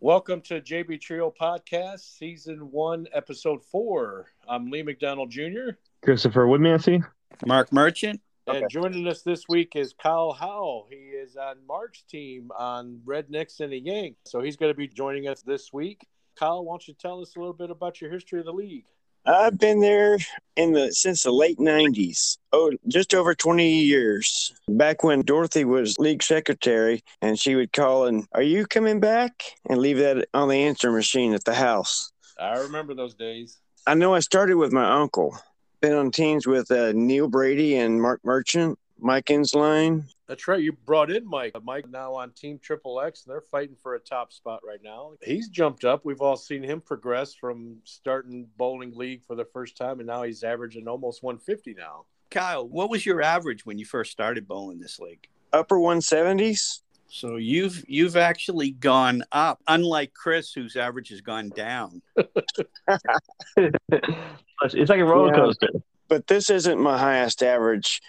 Welcome to JB Trio Podcast, Season 1, Episode 4. I'm Lee McDonald Jr. Christopher Woodmansey. Mark Merchant. And joining us this week is Kyle Howell. He is on Mark's team on Rednecks and a Yank. So he's going to be joining us this week. Kyle, why don't you tell us a little bit about your history of the league? I've been there in the since the late '90s. Oh, just over 20 years. Back when Dorothy was league secretary, and she would call and, "Are you coming back?" and leave that on the answer machine at the house. I remember those days. I know I started with my uncle. Been on teams with uh, Neil Brady and Mark Merchant, Mike Insline. That's right. You brought in Mike. Uh, Mike now on Team Triple X, and they're fighting for a top spot right now. He's jumped up. We've all seen him progress from starting bowling league for the first time, and now he's averaging almost 150 now. Kyle, what was your average when you first started bowling this league? Upper 170s. So you've you've actually gone up, unlike Chris, whose average has gone down. it's like a roller Yeah. coaster. But this isn't my highest average.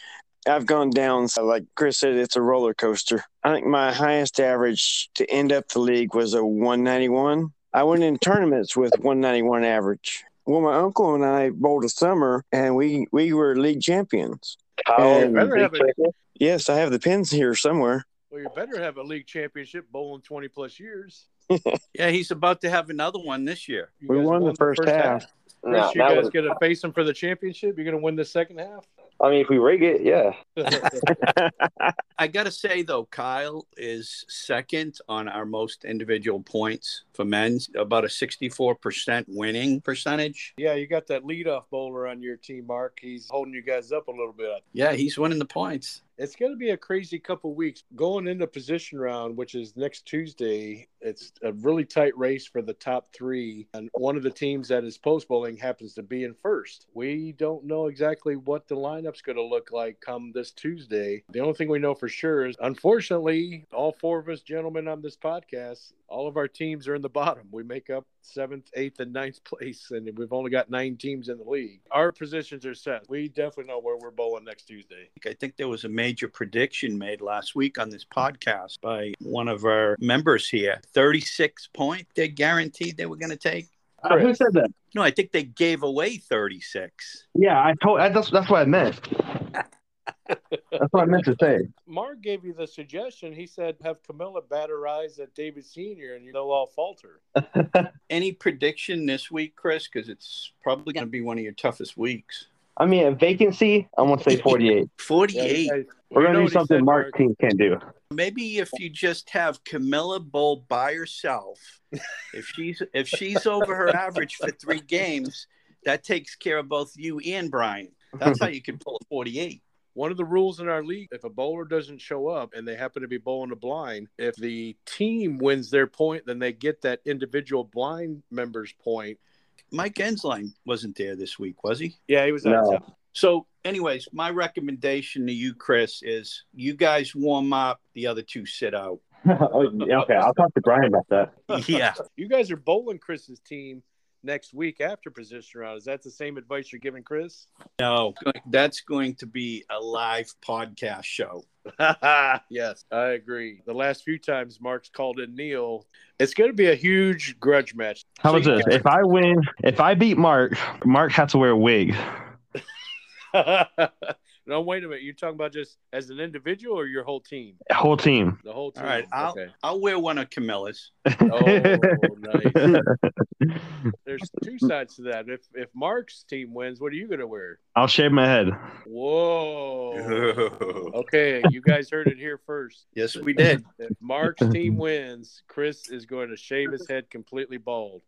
I've gone down, so like Chris said, it's a roller coaster. I think my highest average to end up the league was a 191. I went in tournaments with 191 average. Well, my uncle and I bowled a summer, and we we were league champions. Kyle, better have a- Yes, I have the pins here somewhere. Well, you better have a league championship bowling 20 plus years. Yeah, he's about to have another one this year. You We guys won the first half. Chris, No, you that guys was, going to face him for the championship? You're going to win the second half? I mean, if we rig it, yeah. I gotta say though, Kyle is second on our most individual points for men's, about a sixty-four percent winning percentage. yeah, you got that leadoff bowler on your team, Mark. He's holding you guys up a little bit. Yeah, he's winning the points. It's going to be a crazy couple weeks going into position round, which is next Tuesday. It's a really tight race for the top three, and one of the teams that is post bowling happens to be in first. We don't know exactly what the lineup's going to look like come this Tuesday. The only thing we know for sure is, unfortunately, all four of us gentlemen on this podcast, all of our teams are in the bottom. We make up seventh, eighth, and ninth place, and we've only got nine teams in the league. Our positions are set. We definitely know where we're bowling next Tuesday. I think there was a major prediction made last week on this podcast by one of our members here. 36 point they guaranteed they were going to take. Uh, who said that? No, I think they gave away 36. Yeah, I told. I, that's that's what I meant. that's what I meant to say. Mark gave you the suggestion. He said, have Camilla batter eyes at David Sr., and they'll all falter. Any prediction this week, Chris? Because it's probably going to be one of your toughest weeks. I mean, a vacancy. I'm gonna say 48. 48. We're You gonna know do what he something said, Mark team can do. Maybe if you just have Camilla Bowl by herself, if she's if she's over her average for three games, that takes care of both you and Brian. That's how you can pull a 48. One of the rules in our league if a bowler doesn't show up and they happen to be bowling a blind, if the team wins their point, then they get that individual blind member's point. Mike Ensline wasn't there this week, was he? Yeah, he was No. out. So, anyways, my recommendation to you, Chris, is you guys warm up, the other two sit out. Oh, yeah, okay, I'll talk to Brian about that. Yeah. You guys are bowling Chris's team next week after position round. Is that the same advice you're giving Chris? No, that's going to be a live podcast show. yes, I agree. The last few times Mark's called in Neil, it's going to be a huge grudge match. How So was you this? If I win, if I beat Mark, Mark has to wear a wig. no, wait a minute. You're talking about just as an individual or your whole team? Whole team. The whole team. All right, Okay. I'll wear one of Camilla's. Oh, nice. There's two sides to that. If if Mark's team wins, what are you gonna wear? I'll shave my head. Whoa. Oh. Okay, you guys heard it here first. yes, we did. If Mark's team wins, Chris is going to shave his head completely bald.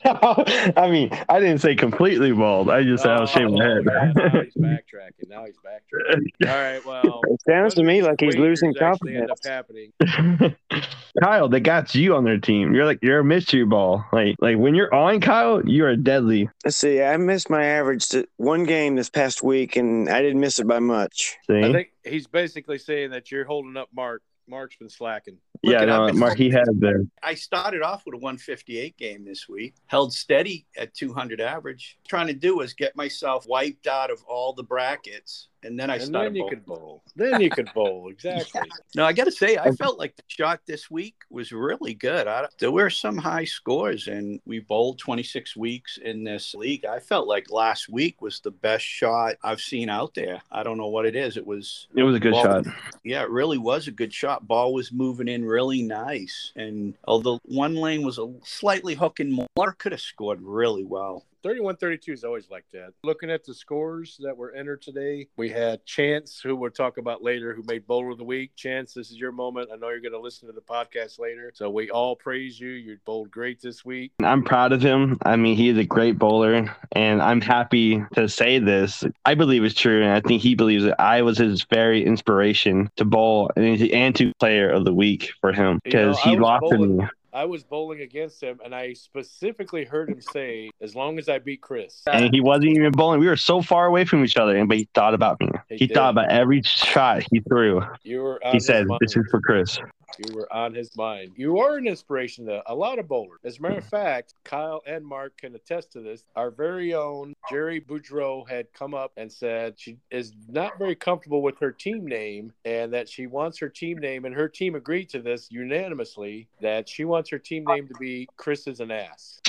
I mean, I didn't say completely bald. I just said I'll shave my Oh, head. yeah, now he's backtracking. Now he's backtracking. All right. Well, It sounds to me like he's wagers losing actually end confidence. up happening. Kyle, they got you on their team. You're like you're a mystery ball. Like like when you're on Kyle, you are deadly. Let's see. I missed my average to one game this past week, and I didn't miss it by much. See? I think he's basically saying that you're holding up Mark. Mark's been slacking. Look yeah, it no, up. Mark, he has there. I started off with a 158 game this week, held steady at 200 average. Trying to do was get myself wiped out of all the brackets, and then I and started. then you bowling. could bowl. Then you could bowl. Exactly. No, I got to say, I felt like the shot this week was really good. I, there were some high scores, and we bowled 26 weeks in this league. I felt like last week was the best shot I've seen out there. I don't know what it is. It was, It was a good Well, shot. yeah, it really was a good shot. Ball was moving in really nice. And although one lane was a slightly hooking more, could have scored really well. 31 32 is always like that. Looking at the scores that were entered today, we had Chance, who we'll talk about later, who made Bowler of the Week. Chance, this is your moment. I know you're going to listen to the podcast later. So we all praise you. You bowled great this week. I'm proud of him. I mean, he is a great bowler, and I'm happy to say this. I believe it's true, and I think he believes it. I was his very inspiration to bowl and, he's the- and to player of the week for him You know, because I he was lost to bowling. me. I was bowling against him, and I specifically heard him say, as long as I beat Chris. And he wasn't even bowling. We were so far away from each other, and but he thought about me. He He, did. thought about every shot he threw. You were on He his said, mind. Uh, "This is for Chris." You were on his mind. You are an inspiration to a lot of bowlers. As a matter of fact, Kyle and Mark can attest to this. Our very own Jerry Boudreau had come up and said she is not very comfortable with her team name and that she wants her team name, and her team agreed to this unanimously that she wants her team name to be Chris is an ass.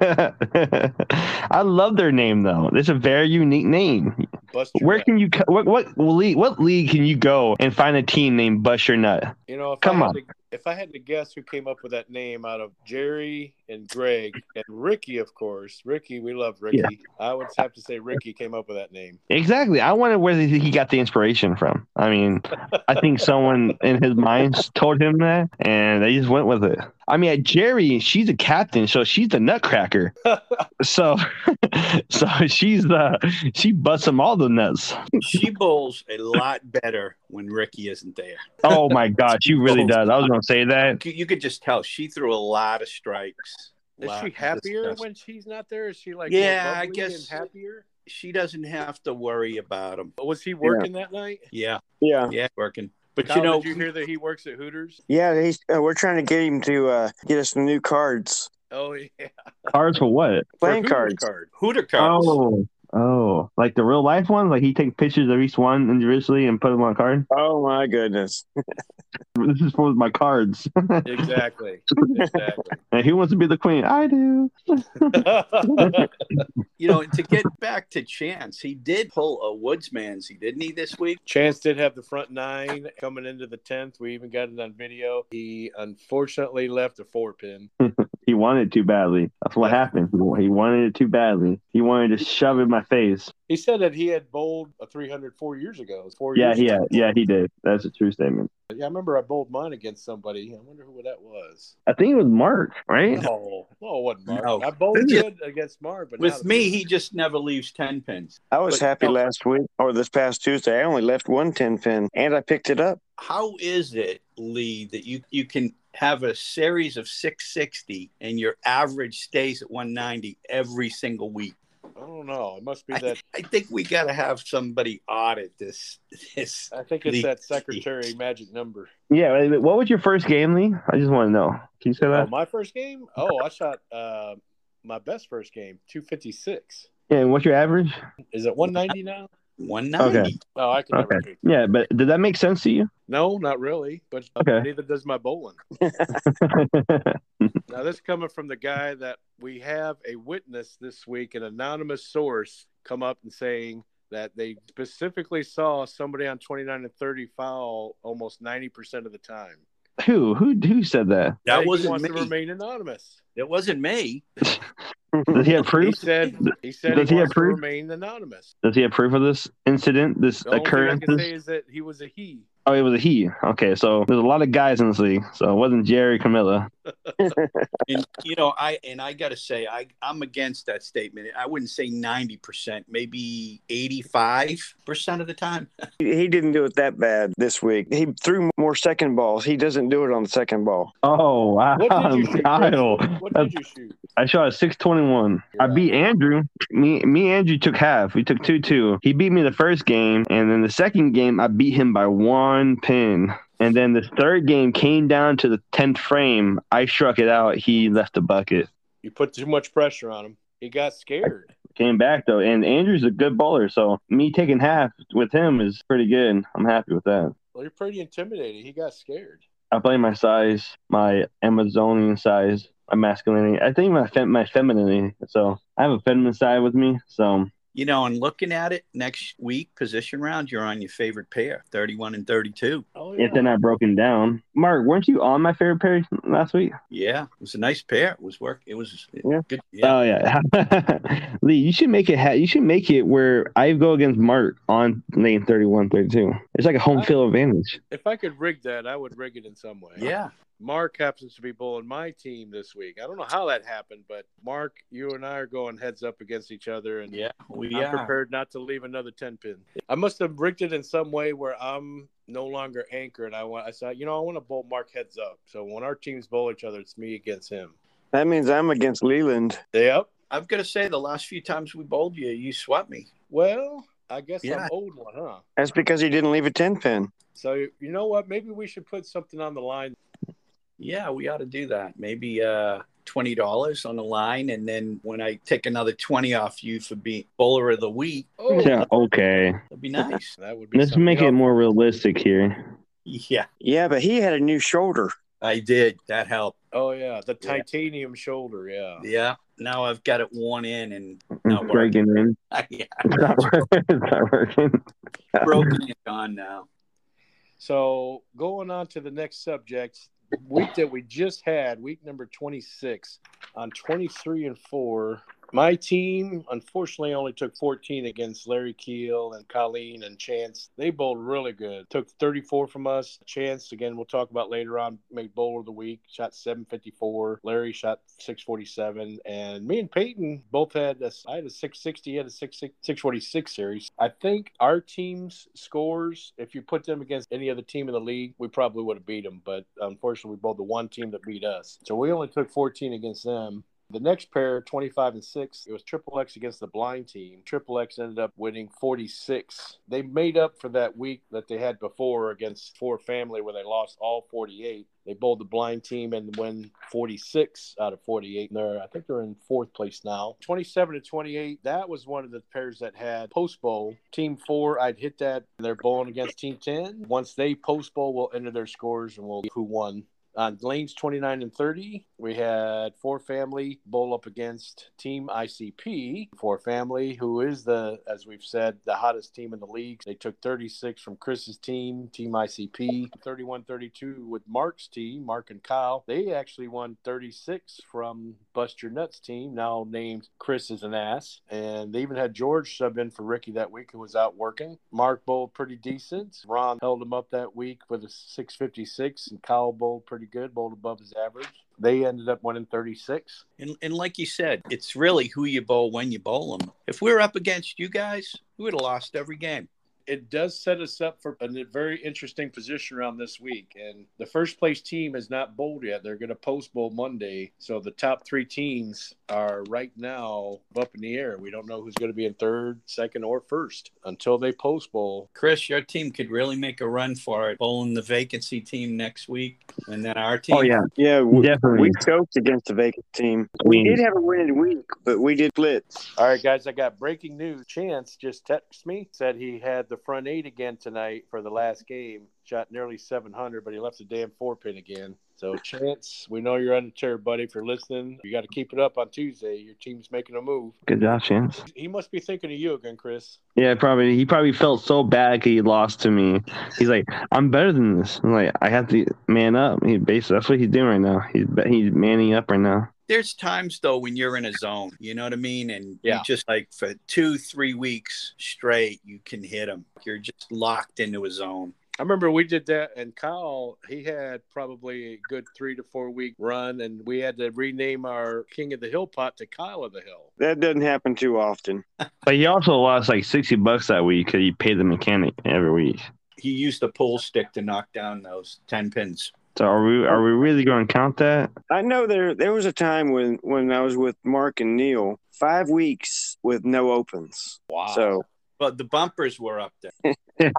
I love their name though. It's a very unique name. Bust your Where nut. can you co- what what league, what league can you go and find a team named Bust Your Nut? You know, if Come I on. had to, if I had to guess who came up with that name out of Jerry and Greg and Ricky, of course, Ricky, we love Ricky. I would have to say Ricky came up with that name. Exactly. I wonder where he he got the inspiration from. I mean, I think someone in his mind told him that, and they just went with it. I mean, Jerry, she's a captain, so she's the nutcracker. So, so she's the she busts them all the nuts. She bowls a lot better when Ricky isn't there. Oh my god, she really does. I was gonna say that. You, you could just tell she threw a lot of strikes. Is Lot she of happier disgust. when she's not there? Is she like Yeah, more I bubbly and guess- happier? she doesn't have to worry about him? Was he working that night? Yeah, Yeah. yeah, working. But Kyle, you know, did you hear that he works at Hooters? Yeah, he's, uh, we're trying to get him to uh, get us some new cards, Oh yeah, Cards for what? For playing Hooters cards. Card. Hooter cards. Oh, oh, like the real life ones. Like he take pictures of each one individually and put them on a card. Oh my goodness! This is for my cards. Exactly. exactly. and who wants to be the queen? I do. You know, to get back to Chance, he did pull a Woodsman's, he didn't he this week? Chance did have the front nine coming into the tenth. We even got it on video. He unfortunately left a four pin. He wanted it too badly. That's what happened. He wanted it too badly. He wanted to shove it in my face. He said that he had bowled a 300 four years ago. Four Yeah, years yeah, ago. yeah. He did. That's a true statement. Yeah, I remember I bowled mine against somebody. I wonder who that was. I think it was Mark, right? No, no, it wasn't Mark. No. I bowled Yeah. good against Mark, but not With a- me, he just never leaves 10 pins. I was But- happy no. last week or this past Tuesday. I only left one ten pin, and I picked it up. How is it, Lee, that you, you can have a series of 660 and your average stays at 190 every single week? I don't know. It must be I, that. I think we got to have somebody audit this. this. I think it's Lee. that secretary magic number. Yeah. wait, wait, What was your first game, Lee? I just want to know. Can you say Oh, that? my first game. Oh, I shot uh, my best first game, 256. Yeah. And what's your average? Is it 190 now? 190. Okay. Oh, I can never Okay. do. Yeah, but did that make sense to you? No, not really. But uh, Okay. neither does my bowling. Now, this coming from the guy that we have a witness this week, an anonymous source come up and saying that they specifically saw somebody on 29 and 30 foul almost 90% of the time. who? Who? Who said that? Now, That he wasn't wants to me. remain anonymous. That wasn't me. Does he have He proof? said he said Does he he wants to approve? remain anonymous. Does he have proof of this incident, this The only thing I occurrence? can say is that he was a he. Oh, it was a he. Okay, so there's a lot of guys in this league, so it wasn't Jerry Camilla. and you know i and i gotta say i i'm against that statement i wouldn't say 90% maybe 85% of the time He didn't do it that bad this week. He threw more second balls. He doesn't do it on the second ball. Oh wow, What did you shoot? Kyle. Chris? What did you shoot? I shot a six twenty one. I beat Andrew. Me, me, and Andrew took half. We took two two. He beat me the first game, and then the second game I beat him by one pin. And then the third game came down to the tenth frame. I struck it out. He left the bucket. You put too much pressure on him. He got scared. Came back though, and Andrew's a good bowler. So me taking half with him is pretty good. I'm happy with that. Well, you're pretty intimidated. He got scared. I play my size, my Amazonian size, my masculinity. I think my fem- my femininity. So I have a feminine side with me. So You know, and looking at it next week, position round, you're on your favorite pair, 31 and 32. Oh it's not broken down. Mark, weren't you on my favorite pair last week? Yeah, it was a nice pair. It was work. It was Yeah. good. Yeah. Oh yeah, Lee, you should make it. Ha- you should make it where I go against Mark on lane 31, 32. It's like a home field advantage. If I could rig that, I would rig it in some way. yeah. Mark happens to be bowling my team this week. I don't know how that happened, but Mark, you and I are going heads up against each other, and Yeah. We I'm are. prepared not to leave another ten pin. I must have rigged it in some way where I'm no longer anchored. I want. I said, you know, I want to bowl Mark heads up. So when our teams bowl each other, it's me against him. That means I'm against Leland. Yep. I'm going to say the last few times we bowled you, you swept me. Well, I guess Yeah. I'm old one, huh? That's because he didn't leave a ten pin. So you know what? Maybe we should put something on the line. Yeah, we ought to do that. Maybe uh twenty dollars on the line, and then when I take another twenty off you for being bowler of the week, Oh, Yeah, okay. that'd be nice. that would be. Let's something. make You it know, more realistic here. yeah, Yeah, but he had a new shoulder. I did. That helped. Oh yeah, the Yeah. titanium shoulder. Yeah. Yeah. Now I've got it worn in and It's Not working. breaking in. yeah, It's not working. It's not working. broken and gone now. So going on to the next subject, week that we just had, week number 26, on 23 and 4, my team unfortunately only took 14 against Larry Keel and Colleen and Chance. They bowled really good. Took 34 from us. Chance, again, we'll talk about later on, made bowler of the week, shot 754. Larry shot 647. And me and Peyton both had, a, I had a 660, he had a 66 646 series. I think our team's scores, if you put them against any other team in the league, we probably would have beat them. But unfortunately, we bowled the one team that beat us. So we only took 14 against them. The next pair, 25 and 6, it was Triple X against the blind team. Triple X ended up winning 46. They made up for that week that they had before against Four Family where they lost all 48. They bowled the blind team and win 46 out of 48. And They're, I think they're in fourth place now. 27 to 28, that was one of the pairs that had post bowl. Team 4, I'd hit that. They're bowling against Team 10. Once they post bowl, we'll enter their scores and we'll see who won. On lanes 29 and 30, we had Four Family bowl up against Team ICP. Four Family, who is the, as we've said, the hottest team in the league. They took 36 from Chris's team, Team ICP, 31 32 with Mark's team, Mark and Kyle. They actually won 36 from Bust Your Nuts team, now named Chris is an Ass. And they even had George sub in for Ricky that week, who was out working. Mark bowled pretty decent. Ron held him up that week with a 656, and Kyle bowled pretty good, bowled above his average. They ended up winning 36. And, and like you said, it's really who you bowl when you bowl them. If we were up against you guys, we would have lost every game. it does set us up for a very interesting position around this week. And the first place team is not bowled yet. They're going to post bowl Monday. So the top three teams are right now up in the air. We don't know who's going to be in third, second, or first until they post bowl. Chris, your team could really make a run for it, bowling the vacancy team next week, and then our team. Oh yeah, Yeah, we, definitely. we choked against the vacant team. We Queens. did have a winning week, but we did split. All right, guys, I got breaking news. Chance just texted me, said he had the front eight again tonight for the last game. Shot nearly 700, but he left the damn four pin again. So, Chance, we know you're on the chair, buddy. If you're listening, you got to keep it up on Tuesday. Your team's making a move. Good job, Chance. He must be thinking of you again, Chris. Yeah, probably. He probably felt so bad 'cause he lost to me. He's like, I'm better than this. I'm like, I have to man up. He basically that's what he's doing right now. He's he's manning up right now. There's times though when you're in a zone, you know what I mean, and Yeah. you just like for two, three weeks straight, you can hit them. You're just locked into a zone. I remember we did that, and Kyle, he had probably a good three to four week run, and we had to rename our King of the Hill pot to Kyle of the Hill. That doesn't happen too often. But he also lost like sixty bucks that week because he paid the mechanic every week. He used the pull stick to knock down those ten pins. So are we are we really going to count that? I know there there was a time when when I was with Mark and Neil, five weeks with no opens. Wow. So But the bumpers were up there.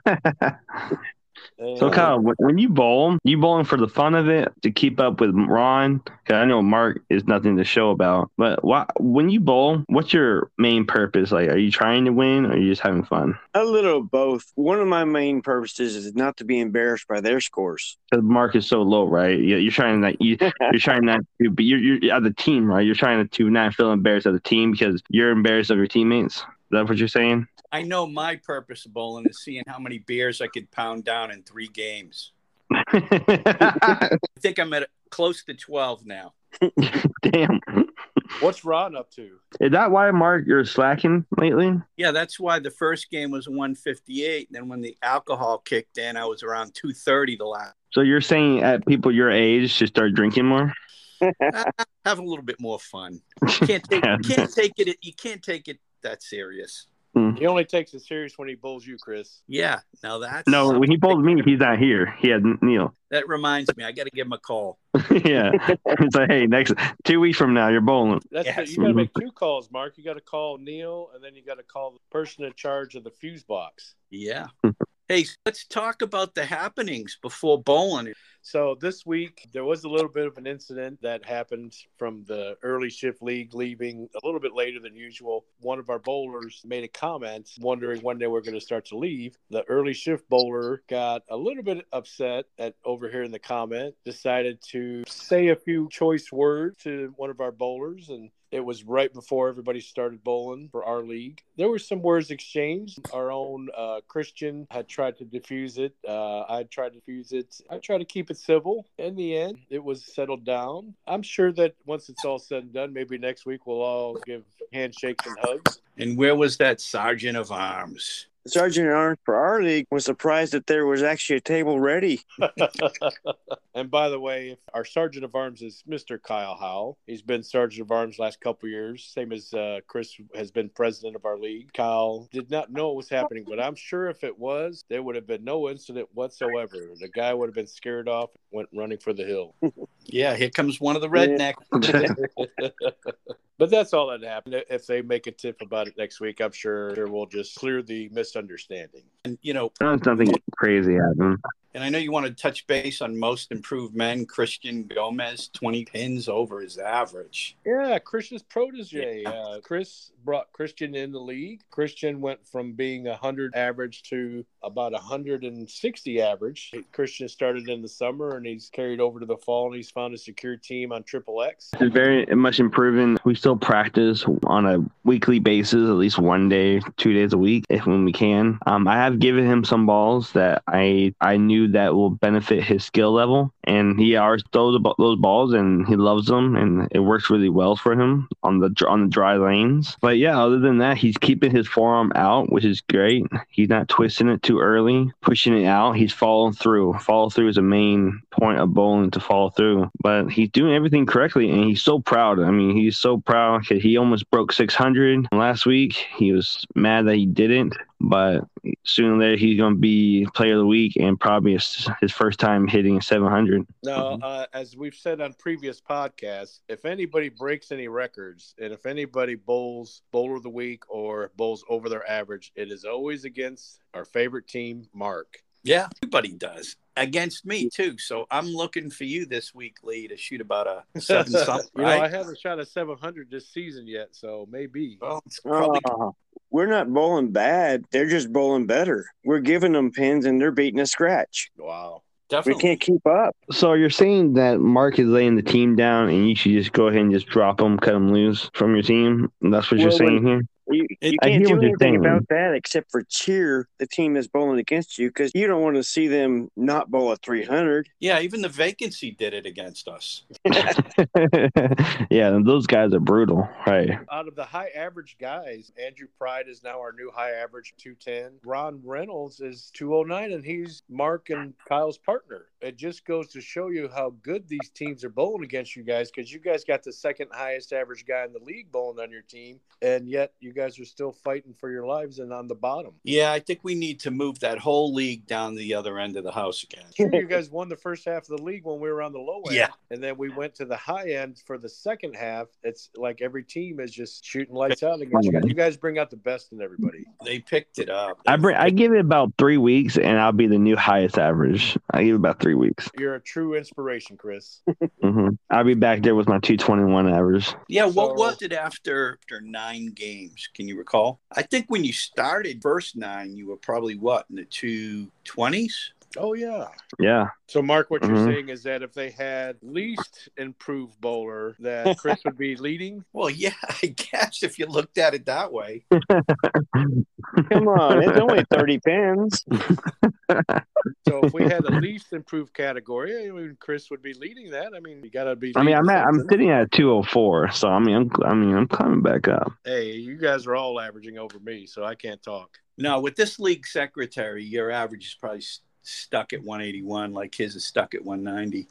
So Kyle, wh- when you bowl, you bowling for the fun of it to keep up with Ron. 'Cause I know Mark is nothing to show about, but why, when you bowl, what's your main purpose? Like, are you trying to win, or are you just having fun? A little of both. One of my main purposes is not to be embarrassed by their scores. Because Mark is so low, right? You- You're trying not you, you're trying not to, but you're, you're as a team, right? You're trying to not feel embarrassed as a team because you're embarrassed of your teammates. Is that what you're saying? I know my purpose of bowling is seeing how many beers I could pound down in three games. I think I'm at close to 12 now. Damn, What's Ron up to? is that why Mark you're slacking lately? Yeah, that's why the first game was 158. Then when the alcohol kicked in, I was around 230 the last. So you're saying at people your age to start drinking more? Have a little bit more fun. You can't take, you can't take it. You can't take it that serious. He only takes it serious when he bowls you, Chris. Yeah. Now that's No, when he bowled me, he's not here. He had Neil. That reminds me, I got to give him a call. yeah, it's like, hey, next two weeks from now, you're bowling. That's Yes. you got to make two calls, Mark. You got to call Neil, and then you got to call the person in charge of the fuse box. Yeah. Hey, let's talk about the happenings before bowling. So this week there was a little bit of an incident that happened from the early shift league leaving a little bit later than usual. One of our bowlers made a comment wondering when they were going to start to leave. The early shift bowler got a little bit upset at overhearing the comment, decided to say a few choice words to one of our bowlers and it was right before everybody started bowling for our league. There were some words exchanged. Our own uh, Christian had tried to diffuse it. Uh, I tried to diffuse it. I tried to keep it civil. In the end, it was settled down. I'm sure that once it's all said and done, maybe next week we'll all give handshakes and hugs. And where was that sergeant of arms? Sergeant at Arms for our league was surprised that there was actually a table ready. and by the way, if our sergeant of arms is Mr. Kyle Howell. He's been sergeant of arms last couple years, same as uh, Chris has been president of our league. Kyle did not know it was happening, but I'm sure if it was, there would have been no incident whatsoever. The guy would have been scared off, and went running for the hill. Yeah, here comes one of the redneck. Uh, but that's all that happened. If they make a tip about it next week, I'm sure we'll just clear the misunderstanding. And you know, There's nothing Oh, crazy happened. and I know you want to touch base on most improved men. Christian Gomez, 20 pins over his average. Yeah, Christian's protege. Uh, Chris brought Christian in the league. Christian went from being a 100 average to about 160 average. Christian started in the summer and he's carried over to the fall and he's found a secure team on Triple X. It's very much improving. We still practice on a weekly basis, at least one day, two days a week, if when we can. Um, I have given him some balls that I I knew that will benefit his skill level, and he always throws the ba- those balls, and he loves them, and it works really well for him on the dr- on the dry lanes. But yeah, other than that, he's keeping his forearm out, which is great. He's not twisting it too early, pushing it out. He's following through. Follow through is a main point of bowling to follow through. But he's doing everything correctly, and he's so proud. I mean, he's so proud 'cause he almost broke 600 last week. He was mad that he didn't, but soon or later he's going to be player of the week and probably his, his first time hitting 700. Now, uh, as we've said on previous podcasts, if anybody breaks any records and if anybody bowls bowler of the week or bowls over their average, it is always against our favorite team, Mark. Yeah, everybody does against me too. So I'm looking for you this week, Lee, to shoot about a seven something. You know, I right? haven't shot a 700 this season yet, so maybe. Well, it's probably Ah, we're not bowling bad. They're just bowling better. We're giving them pins and they're beating us scratch. Wow. We definitely. can't keep up. So you're saying that Mark is laying the team down, and you should just go ahead and just drop him, cut him loose from your team. That's what you're Well, saying here. You, It- you I can't hear do what you're anything saying. about that except for cheer the team that's bowling against you because you don't want to see them not bowl at 300. Yeah, even the vacancy did it against us. yeah, those guys are brutal, right? Out of the high average guys, Andrew Pride is now our new high average 210. Ron Reynolds is 209, and he's Mark and Kyle's partner. It just goes to show you how good these teams are bowling against you guys because you guys got the second highest average guy in the league bowling on your team, and yet you guys are still fighting for your lives and on the bottom. Yeah, I think we need to move that whole league down the other end of the house again. Sure, you guys won the first half of the league when we were on the low end. Yeah. And then we went to the high end for the second half. It's like every team is just shooting lights out against you guys. You guys bring out the best in everybody. They picked it up. I bring, I give it about three weeks, and I'll be the new highest average. I give it about three weeks. You're a true inspiration, Chris. hmm I'll be back there with my two twenty one average. yeah, So- what was it after after nine games? Can you recall? I think when you started first nine, you were probably what in the two twenties. Oh, yeah. Yeah, So, Mark, what you're Mhm. saying is that if they had least improved bowler, that Chris would be leading. Well, yeah, I guess if you looked at it that way. Come on, it's only 30 pins. So, if we had a least improved category, I mean, Chris would be leading that. I mean, you got to be. I mean, I'm at, I'm leading sitting at two hundred four, so I mean, I'm, I mean, I'm climbing back up. something. Hey, you guys are all averaging over me, so I can't talk. No, with this league secretary, your average is probably s- stuck at 181, like his is stuck at 190.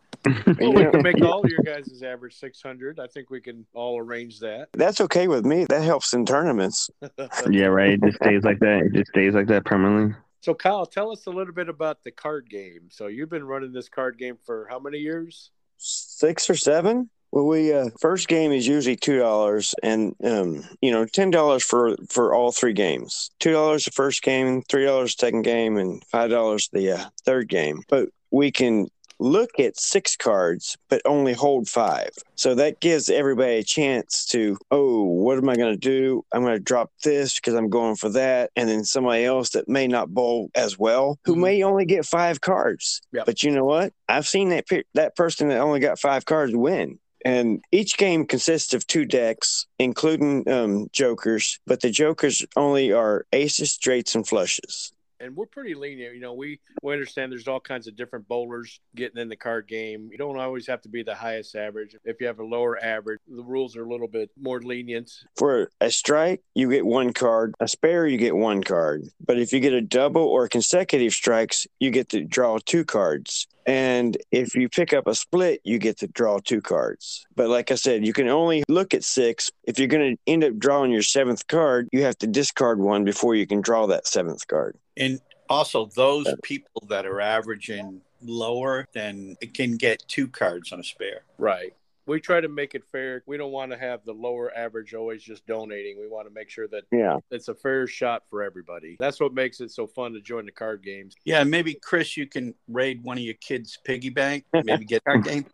Well, we can make all your guys' average 600. I think we can all arrange that. That's okay with me. That helps in tournaments. yeah, right. It just stays like that. It just stays like that permanently. So, Kyle, tell us a little bit about the card game. So, you've been running this card game for how many years? Six or seven? Well, we uh, first game is usually two dollars, and um, you know ten dollars for for all three games. Two dollars the first game, three dollars second game, and five dollars the uh, third game. But we can look at six cards, but only hold five. So that gives everybody a chance to, oh, what am I going to do? I'm going to drop this because I'm going for that, and then somebody else that may not bowl as well, who Mhm. may only get five cards. Yep. But you know what? I've seen that pe- that person that only got five cards win. And each game consists of two decks, including um, jokers, but the jokers only are aces, straights, and flushes. And we're pretty lenient. You know, we, we understand there's all kinds of different bowlers getting in the card game. You don't always have to be the highest average. If you have a lower average, the rules are a little bit more lenient. For a strike, you get one card. A spare, you get one card. But if you get a double or consecutive strikes, you get to draw two cards. And if you pick up a split, you get to draw two cards. But like I said, you can only look at six. If you're going to end up drawing your seventh card, you have to discard one before you can draw that seventh card. And also, those people that are averaging lower than it can get two cards on a spare. Right. We try to make it fair. We don't want to have the lower average always just donating. We want to make sure that Yeah. it's a fair shot for everybody. That's what makes it so fun to join the card games. Yeah, maybe Chris, you can raid one of your kids' piggy bank, maybe get our game.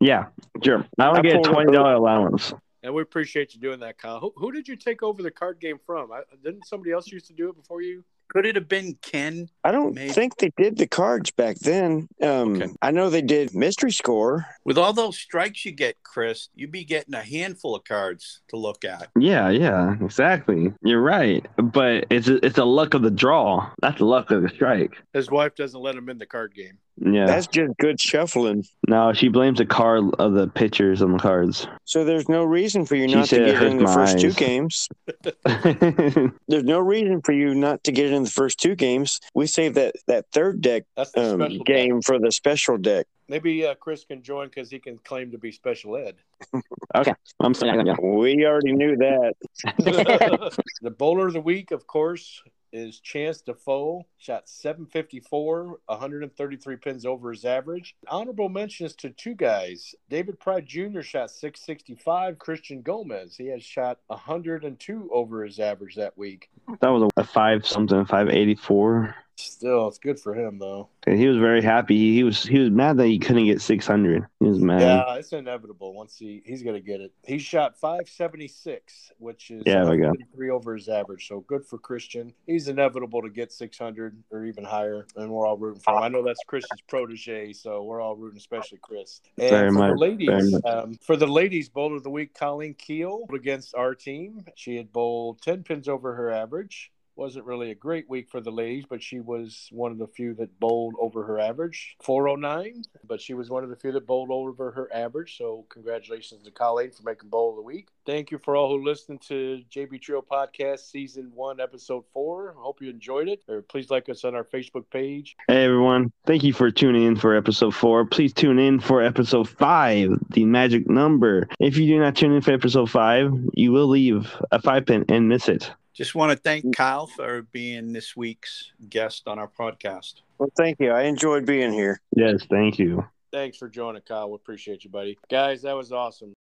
yeah, sure. I only I get a pulled up- twenty dollar allowance. And we appreciate you doing that, Kyle. Who, who did you take over the card game from? I, didn't somebody else used to do it before you? Could it have been Ken? I don't Maybe. think they did the cards back then. Um, Okay. I know they did mystery score. With all those strikes you get, Chris, you'd be getting a handful of cards to look at. Yeah, yeah, exactly. You're right, but it's it's a luck of the draw. That's the luck of the strike. His wife doesn't let him in the card game. Yeah. That's just good shuffling. no, she blames the card of the pictures on the cards. So there's no reason for you She not to said it get hurts in the my first two eyes. games. There's no reason for you not to get in the first two games. We save that that third deck That's the um, special game deck. for the special deck. Maybe uh, Chris can join because he can claim to be special ed. I'm sorry. We already knew that. the bowler of the week, of course, is Chance Defoe. Shot 754, 133 pins over his average. Honorable mentions to two guys. David Pride Jr. shot 665. Christian Gomez, he has shot 102 over his average that week. That was a, a five something, five eighty four. Still, it's good for him, though. He was very happy. He, was he was mad that he couldn't get six hundred. He was mad. Yeah, it's inevitable. Once he he's gonna get it. He shot 576, which is Yeah, there we go. three over his average. So good for Christian. He's inevitable to get 600 or even higher, and we're all rooting for him. I know that's Christian's protege, so we're all rooting, especially Chris. And Very for much, the ladies, very much. um, for the ladies bowler of the week, Colleen Keel against our team. She had bowled 10 pins over her average. Wasn't really a great week for the ladies, but she was one of the few that bowled over her average, 409. But she was one of the few that bowled over her average. So congratulations to Colleen for making bowl of the week. Thank you for all who listened to JB Trio Podcast Season 1, Episode 4. I hope you enjoyed it. Or please like us on our Facebook page. Hey everyone, thank you for tuning in for episode four. Please tune in for episode five, the magic number. If you do not tune in for episode five, you will leave a five pin and miss it. Just want to thank Kyle for being this week's guest on our podcast. Well, thank you. I enjoyed being here. Yes, thank you. Thanks for joining, Kyle. We appreciate you, buddy. Guys, that was awesome.